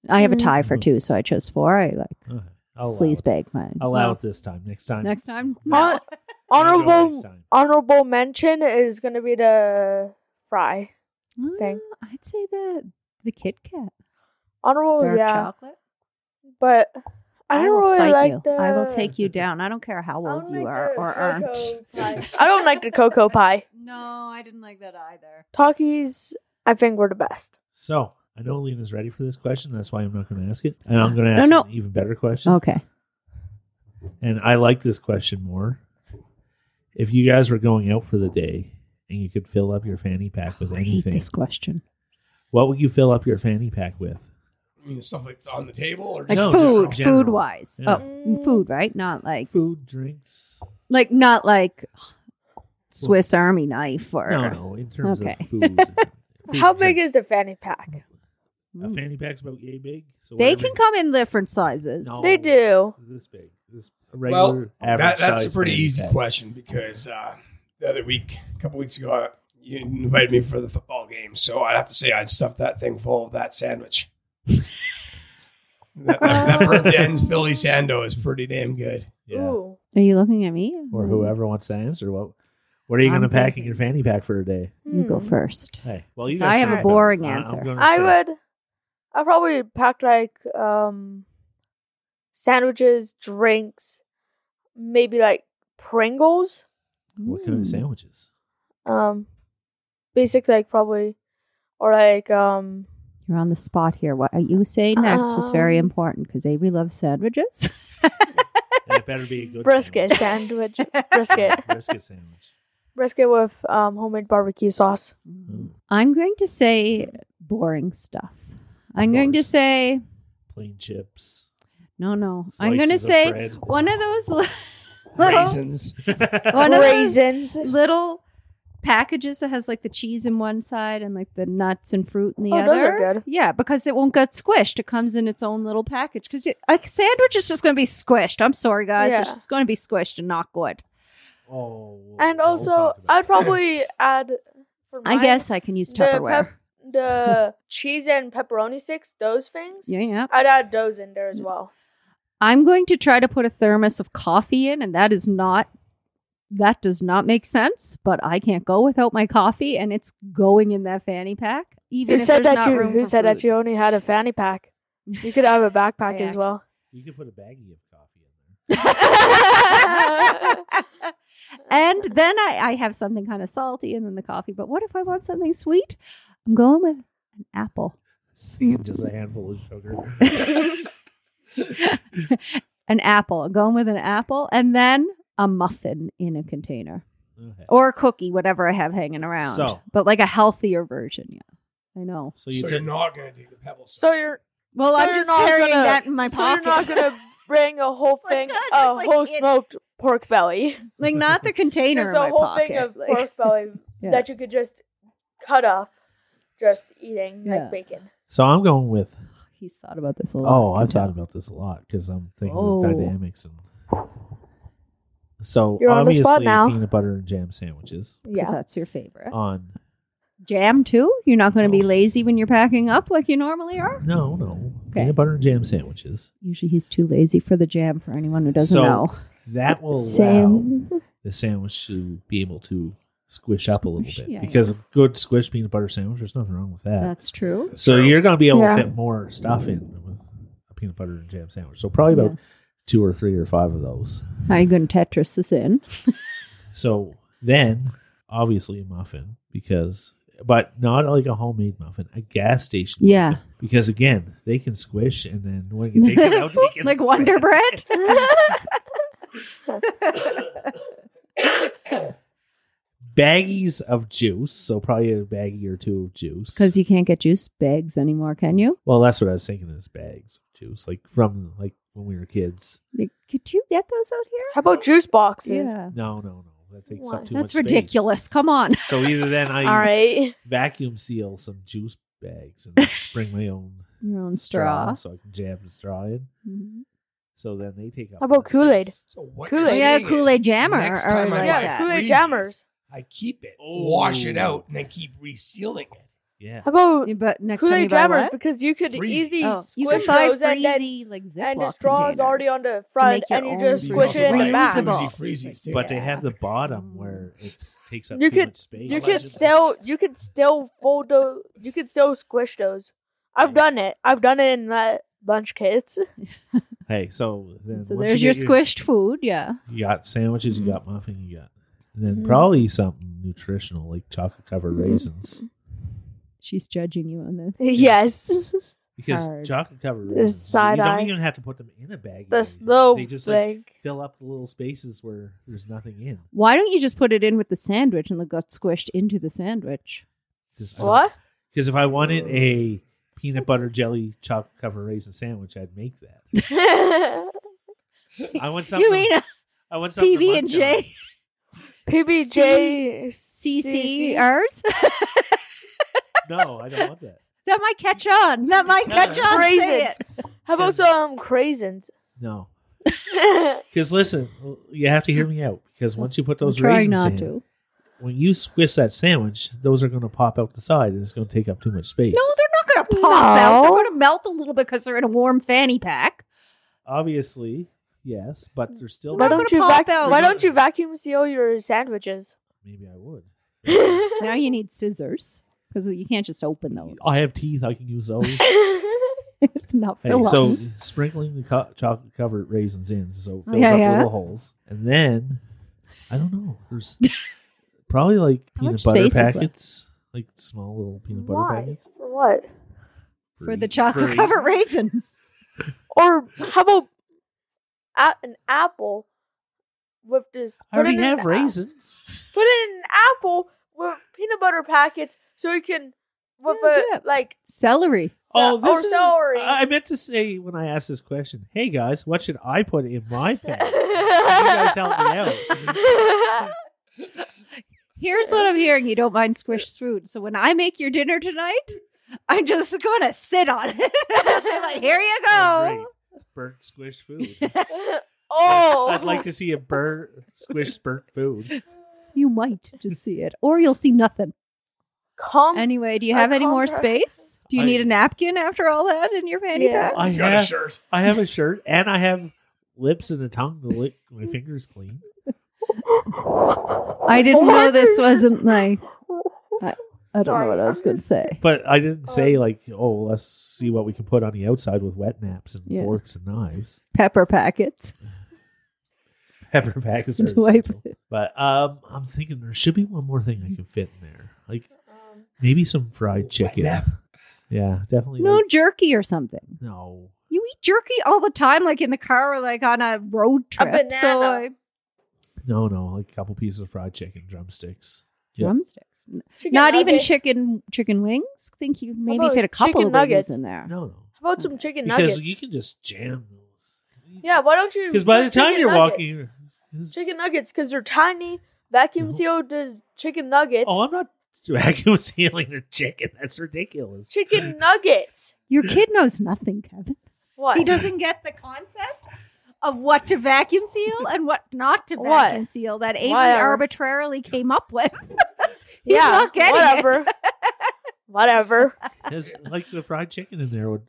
I have a Mm. Mhm. tie for two, so I chose four. I like Okay. I'll allow sleaze it. bag mine. I'll Oh, allow it this time. Next time. Next time, No. I'll go next Honorable time. honorable mention is gonna be the fry. Thing. Uh, I'd say the the Kit Kat Honorable, dark Oh, yeah. chocolate. but I will don't really fight like you. the. I will take you down. I don't care how I don't old you like are the or aren't. cocoa pie. I don't like the cocoa pie. No, I didn't like that either. Talkies, I think were the best. So I know Lena's ready for this question. That's why I'm not going to ask it, and I'm going to No, ask no. Oh. an even better question. Okay. And I like this question more. If you guys were going out for the day and you could fill up your fanny pack with I hate anything, this question. what would you fill up your fanny pack with? I mean, stuff that's on the table or Like No, just- food, general. food wise. Yeah. Mm. Oh, food, right? Not like Food, drinks, like not like Swiss Army knife or No, no, in terms Okay. of food. Food How and big drinks. is the fanny pack? a Mm. fanny pack's about yay big? So They whatever- can come in different sizes. No. They do. this big. This a Well, regular average. that, that's a size pretty fanny easy pack. question because uh, the other week, a couple weeks ago, I- you invited me for the football game, so I'd have to say I'd stuff that thing full of that sandwich. that, that, that burnt ends Philly Sando is pretty damn good. Yeah. Ooh. Are you looking at me? Or whoever wants to answer. What What are you I'm going to pack in thinking. your fanny pack for a day? You go Hmm. first. Hey, well, you. So guys I have think a about it. boring I- I'm answer. gonna I say- would I probably packed like um sandwiches, drinks, maybe like Pringles. What kind Ooh. of sandwiches? Um basic like probably or like um You're on the spot here. What you say next is very Um, important because Avery loves sandwiches. And it better be a good brisket sandwich. brisket. sandwich. brisket sandwich. Brisket with um homemade barbecue sauce. Mm. I'm going to say boring stuff. I'm going to Bars. say Plain chips. no, no. I'm going to slices of say bread. one of those li- little, Raisins. One of those- Raisins. little packages that has like the cheese in one side and like the nuts and fruit in the Oh, other. those are good. Yeah, because it won't get squished. It comes in its own little package because a sandwich is just going to be squished. I'm sorry, guys. Yeah. It's just going to be squished and not good. Oh. we'll- And we'll also talk about I'd it. probably add for I mine, guess I can use the Tupperware. pep- the cheese and pepperoni sticks, those things. yeah, yeah. I'd add those in there as well. I'm going to try to put a thermos of coffee in, and that is not that does not make sense. But I can't go without my coffee, and it's going in that fanny pack. Even Who if said there's that not you? room Who for said that food. you only had a fanny pack? You could have a backpack as Kayak. well. You could put a baggie of coffee in and then I, I have something kind of salty, and then the coffee. But what if I want something sweet? I'm going with an apple. there. Seeing just a handful of sugar. an apple. I'm going with an apple, and then a muffin in a container. Okay. or a cookie, whatever I have hanging around. So- But like a healthier version, yeah. I know. So you So you're did not going to do the pebbles. so you're Well, So I'm you're just not carrying gonna- that in my so you're pocket. not gonna bring a whole It's like thing, God, it's a like whole it- smoked pork belly, like not the container in just a my whole pocket. thing of like- pork belly Yeah. that you could just cut up, just eating Yeah. like bacon. So I'm going with. He's thought about this a lot. Oh, I can thought tell. about this a lot because I'm thinking Oh. of dynamics and. So You're on the obviously spot now. peanut butter and jam sandwiches 'Cause Yeah, that's your favorite. on Jam too. You're not going to be Oh. lazy when you're packing up like you normally are. no no Okay. peanut butter and jam sandwiches Usually, he's too lazy for the jam. For anyone who doesn't So- oh, know, that will allow same. the sandwich to be able to squish, up a little Squish, bit yeah, because a good squish peanut butter sandwich there's nothing wrong with that. that's true. so you're going to be able Yeah. to fit more stuff in with a peanut butter and jam sandwich. So probably about Yes. two or three or five of those. How you going to Tetris this in? So then obviously a muffin because but not like a homemade muffin, a gas station. Yeah. muffin. Because again, they can squish and then when you take it out, they can like Wonder Bread. baggies of juice. So probably a baggie or two of juice. Because you can't get juice bags anymore, can you? Well, that's what I was thinking is bags of juice, like from like when we were kids. Like, Could you get those out here? How about juice boxes? No, no, no. That takes Why? up too much. That's space. ridiculous. Come on. So either then I All right. vacuum seal some juice bags and bring my own Your own straw. straw, so I can jab the straw in. Mhm. Mm-hmm. So then they take up. How about less Kool-Aid? space. So what Kool-Aid. you're Oh, yeah, saying is, Kool-Aid jam or- next or time I like buy that. Kool-Aid freezers, jammers. I keep it, wash it Oh. out, and then keep resealing it. Yeah. How about Yeah, But next Kool time Aid you buy jammers? what? Because you could Freezy. easy Oh, squish you can buy those and then freezy like Ziploc and the straw is already on the front, make your and you own just You squish can it in also buy the back. reusable. Uzi freezies too. But they have the bottom where it takes up You too could- much space. You could Allegedly. still, you could still fold those. You could still squish those. I've done it. I've done it in uh, lunch kits. Hey, so then So once there's you your get squished food. Yeah. You got sandwiches, you got muffin, you got, and then Mhm. probably something nutritional like chocolate covered Mm-hmm. raisins She's judging you on this. yes, because Hard. chocolate covered This raisins. side you eye. don't even have to put them in a bag. the or anything. slow They just like thing. fill up the little spaces where there's nothing in. Why don't you just put it in with the sandwich and it got squished into the sandwich? 'Cause I- what? Because if I wanted a peanut butter jelly chocolate covered raisin sandwich, I'd make that. I want something. You mean a I want something to PB and munch J PBJ C C CC? R's? on. No, I don't want that. That might catch on. That might catch Yeah. on. Say Raisins. it. How about some craisins? No, because listen, you have to hear me out. Because once you put those I'm trying raisins not in, to. when you squish that sandwich, those are going to pop out the side, and it's going to take up too much space. No, they're not going to pop out. They're No. going to melt a little bit because they're in a warm fanny pack. Obviously, yes, but they're still. why not don't gonna you pop vac- out. Why don't you vacuum seal your sandwiches? Maybe I would. Now you need scissors because you can't just open those. I have teeth. I can use those. it's not for Hey, long. so sprinkling the co- chocolate covered raisins in so it fills Yeah, up yeah. little holes. And then I don't know. There's probably like How peanut much butter space is left? packets. Like small little peanut butter Why? packets. For what? for the eat- chocolate for covered raisins. Or how about a- an apple with this? I already put in an have a- raisins. Put in an apple with peanut butter packets so you can with Yeah, a dip. like Celery. Oh, So- this or is, celery. I I meant to say when I asked this question, hey guys, what should I put in my pack? guys help me out. Here's what I'm hearing. You don't mind squish food. So when I make your dinner tonight, I'm just going to sit on it. Just be like, here you Oh, go. great. Burnt squish food. oh, I'd like to see a burnt squish burnt food. You might just see it, or you'll see nothing. Calm. Anyway, do you I have any more compre- space? Do you I- need a napkin after all that in your fanny Yeah. pack? I He's got a have, shirt. I have a shirt and I have lips and a tongue to lick my fingers clean. I didn't know this What? wasn't like. I don't Sorry, know what I was I'm going to just- say. But I didn't say like, oh, let's see what we can put on the outside with wet naps and Yeah. forks and knives. Pepper packets. Pepper packets are To wipe essential. But um, I'm thinking there should be one more thing I can fit in there, like Um, maybe some fried chicken. nap. Yeah, definitely. No like- jerky or something. no. You eat jerky all the time, like in the car or like on a road trip. So uh, banana. I, No, no, like a couple pieces of fried chicken drumsticks. Yeah. drumsticks. Chicken Not even nuggets. chicken chicken wings. Think you maybe about fit a couple chicken of nuggets nuggets? in there. No, no, How about some chicken because nuggets? you can just jam those. yeah, why don't you? because by the do time chicken you're nuggets? walking, you're- this- chicken nuggets because they're tiny, No. vacuum sealed uh, chicken nuggets. Oh, I'm not vacuum sealing the chicken. That's ridiculous. Chicken nuggets. Your kid knows nothing, Kevin. What? He doesn't get the concept of what to vacuum seal and what not to What? vacuum seal that Amy Whatever. arbitrarily came up with. He's yeah, not getting it. whatever. whatever. There's, like the fried chicken in there would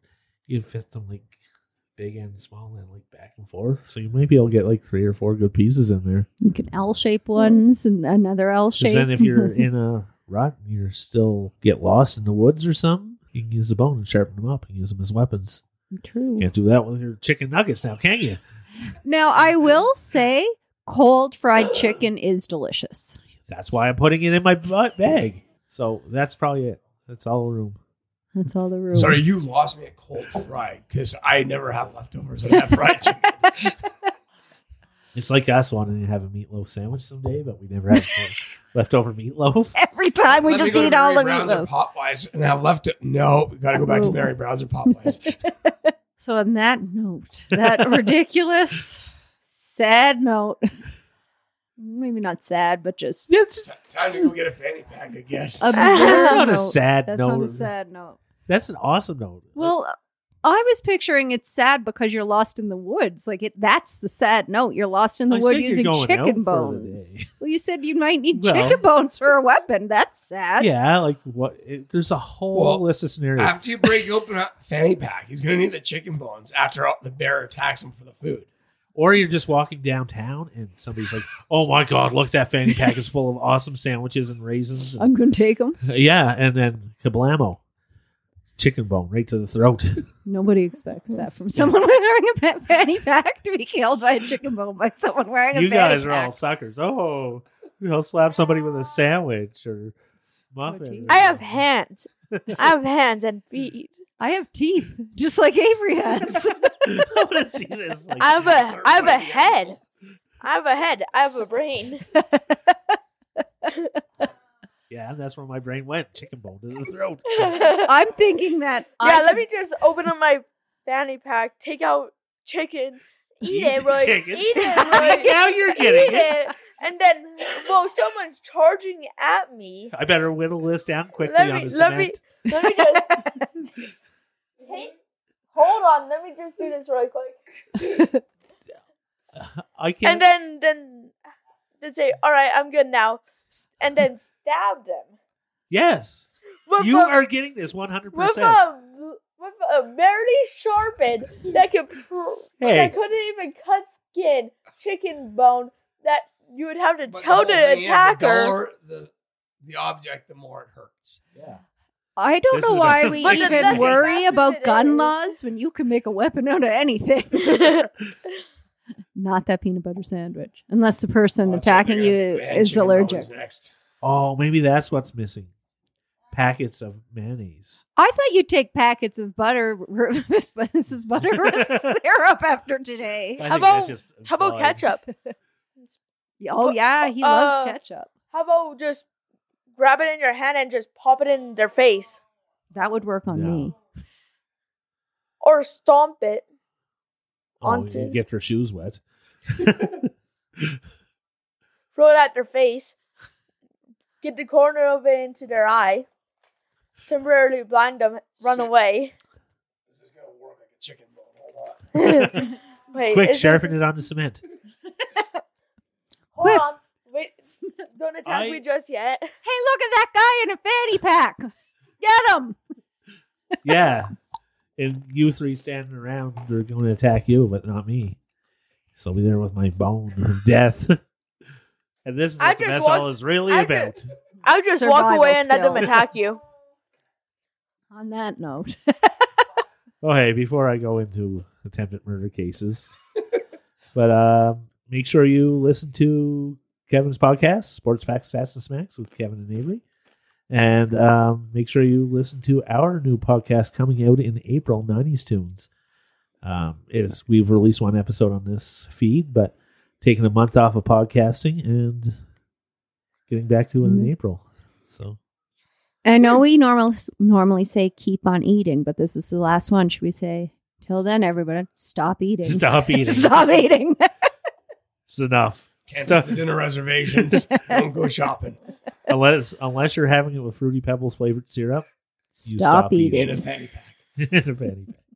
you fit them like big and small and like back and forth. So you might be able to get like three or four good pieces in there. You can L shape ones and another L shape. Because then if you're in a rut and you're still get lost in the woods or something, you can use the bone and sharpen them up and use them as weapons. True. Can't do that with your chicken nuggets now, can you? Now I will say cold fried chicken is delicious. That's why I'm putting it in my butt bag. So that's probably it. That's all room. That's all the room. Sorry, you lost me at cold fried because I never have leftovers. I have fried chicken. It's like us wanting to have a meatloaf sandwich someday, but we never have leftover meatloaf. Every time we Let me just go to eat all the Mary Brown's or meatloaf. Popeyes and have left it. No, we got to go back to No. Mary Brown's or Popeyes. So, on that note, that ridiculous, sad note, maybe not sad, but just That's, Time to go get a fanny pack, I guess. a that's bizarre not a note. sad That's note. not a sad note. That's an awesome note. Well, I was picturing it's sad because you're lost in the woods. Like it, that's the sad note. You're lost in the I wood said you're using going out for the chicken bones. day. Well, you said you might need Well- chicken bones for a weapon. That's sad. yeah, like what? It, there's a whole Well, list of scenarios. After you break open a fanny pack, he's going to need the chicken bones after all, the bear attacks him for the food. Or you're just walking downtown and somebody's like, "Oh my god, look that fanny pack is full of awesome sandwiches and raisins." and- I'm gonna take them. yeah, and then kablamo, chicken bone right to the throat. Nobody expects that from someone wearing a pa- fanny pack to be killed by a chicken bone by someone wearing a you fanny guys are pack. all suckers. Oh, I'll slap somebody with a sandwich or muffin. geez. or I have something. hands. I have hands and feet. I have teeth, just like Avery has. I want to see this. Like, I have a. Start I have fighting a the head. animal. I have a head. I have a brain. yeah, that's where my brain went. Chicken bone to the throat. yeah, I'm thinking that. I let could- me just open up my fanny pack, take out chicken, eat Eat it, the Roy. chicken. Eat it, Roy. now you're eat getting it. it. And then, well, someone's charging at me. I better whittle this down quickly Let on me, the let me, cement. let me just take. Hold on, let me just do this really quick. I can't. And then, then, then say, "All right, I'm good now," s- and then stabbed him. yes, With you a, are getting this 100. with percent a with a barely sharpened that could pr- Hey. that couldn't even cut skin chicken bone that you would have to But the tell whole the thing is, the attacker. duller the, the object, the more it hurts. Yeah. I don't This know is why about- we But even that's- worry that's what about it gun is. laws when you can make a weapon out of anything. Not that peanut butter sandwich, unless the person Lots of attacking big you man is chicken allergic. bones Next. Oh, maybe that's what's missing. Packets of mayonnaise. I thought you'd take packets of butter, Mrs. Butter with syrup after today. How about- How about ketchup? Oh Bu- yeah, he uh, loves ketchup. How about just grab it in your hand and just pop it in their face That would work on No. me. or stomp it? Oh, onto- you get your shoes wet. throw it at their face, get the corner of it into their eye, temporarily blind them, run Shit. away. This is gonna work like a chicken bone. Hold on. Wait, Quick, is sharpen this- it on the cement. Hold Quick. on. Wait, don't attack I- me just yet. Hey, look at that guy in a fanny pack. Get him. Yeah. and you three standing around, they're going to attack you, but not me. So I'll be there with my bone of death. and this is I what the just mess want- all is really I about. I'll just walk Survival away and let them skills. attack you. On that note, Oh, hey, before I go into attempted murder cases, but um, make sure you listen to Kevin's podcast, Sports Facts, Stats, and Smacks with Kevin and Avery. And um, make sure you listen to our new podcast coming out in April, 90s Tunes. Um, it is, we've released one episode on this feed, but taking a month off of podcasting and getting back to it in Mhm. April. So I know we normal, normally say keep on eating, but this is the last one. Should we say, till then, everybody, stop eating? stop eating. Stop eating. It's enough. Cancel Stop- the dinner reservations. Don't go shopping. unless unless you're having it with fruity pebbles flavored syrup Stop eating. eating. In a fanny pack. in a fanny pack.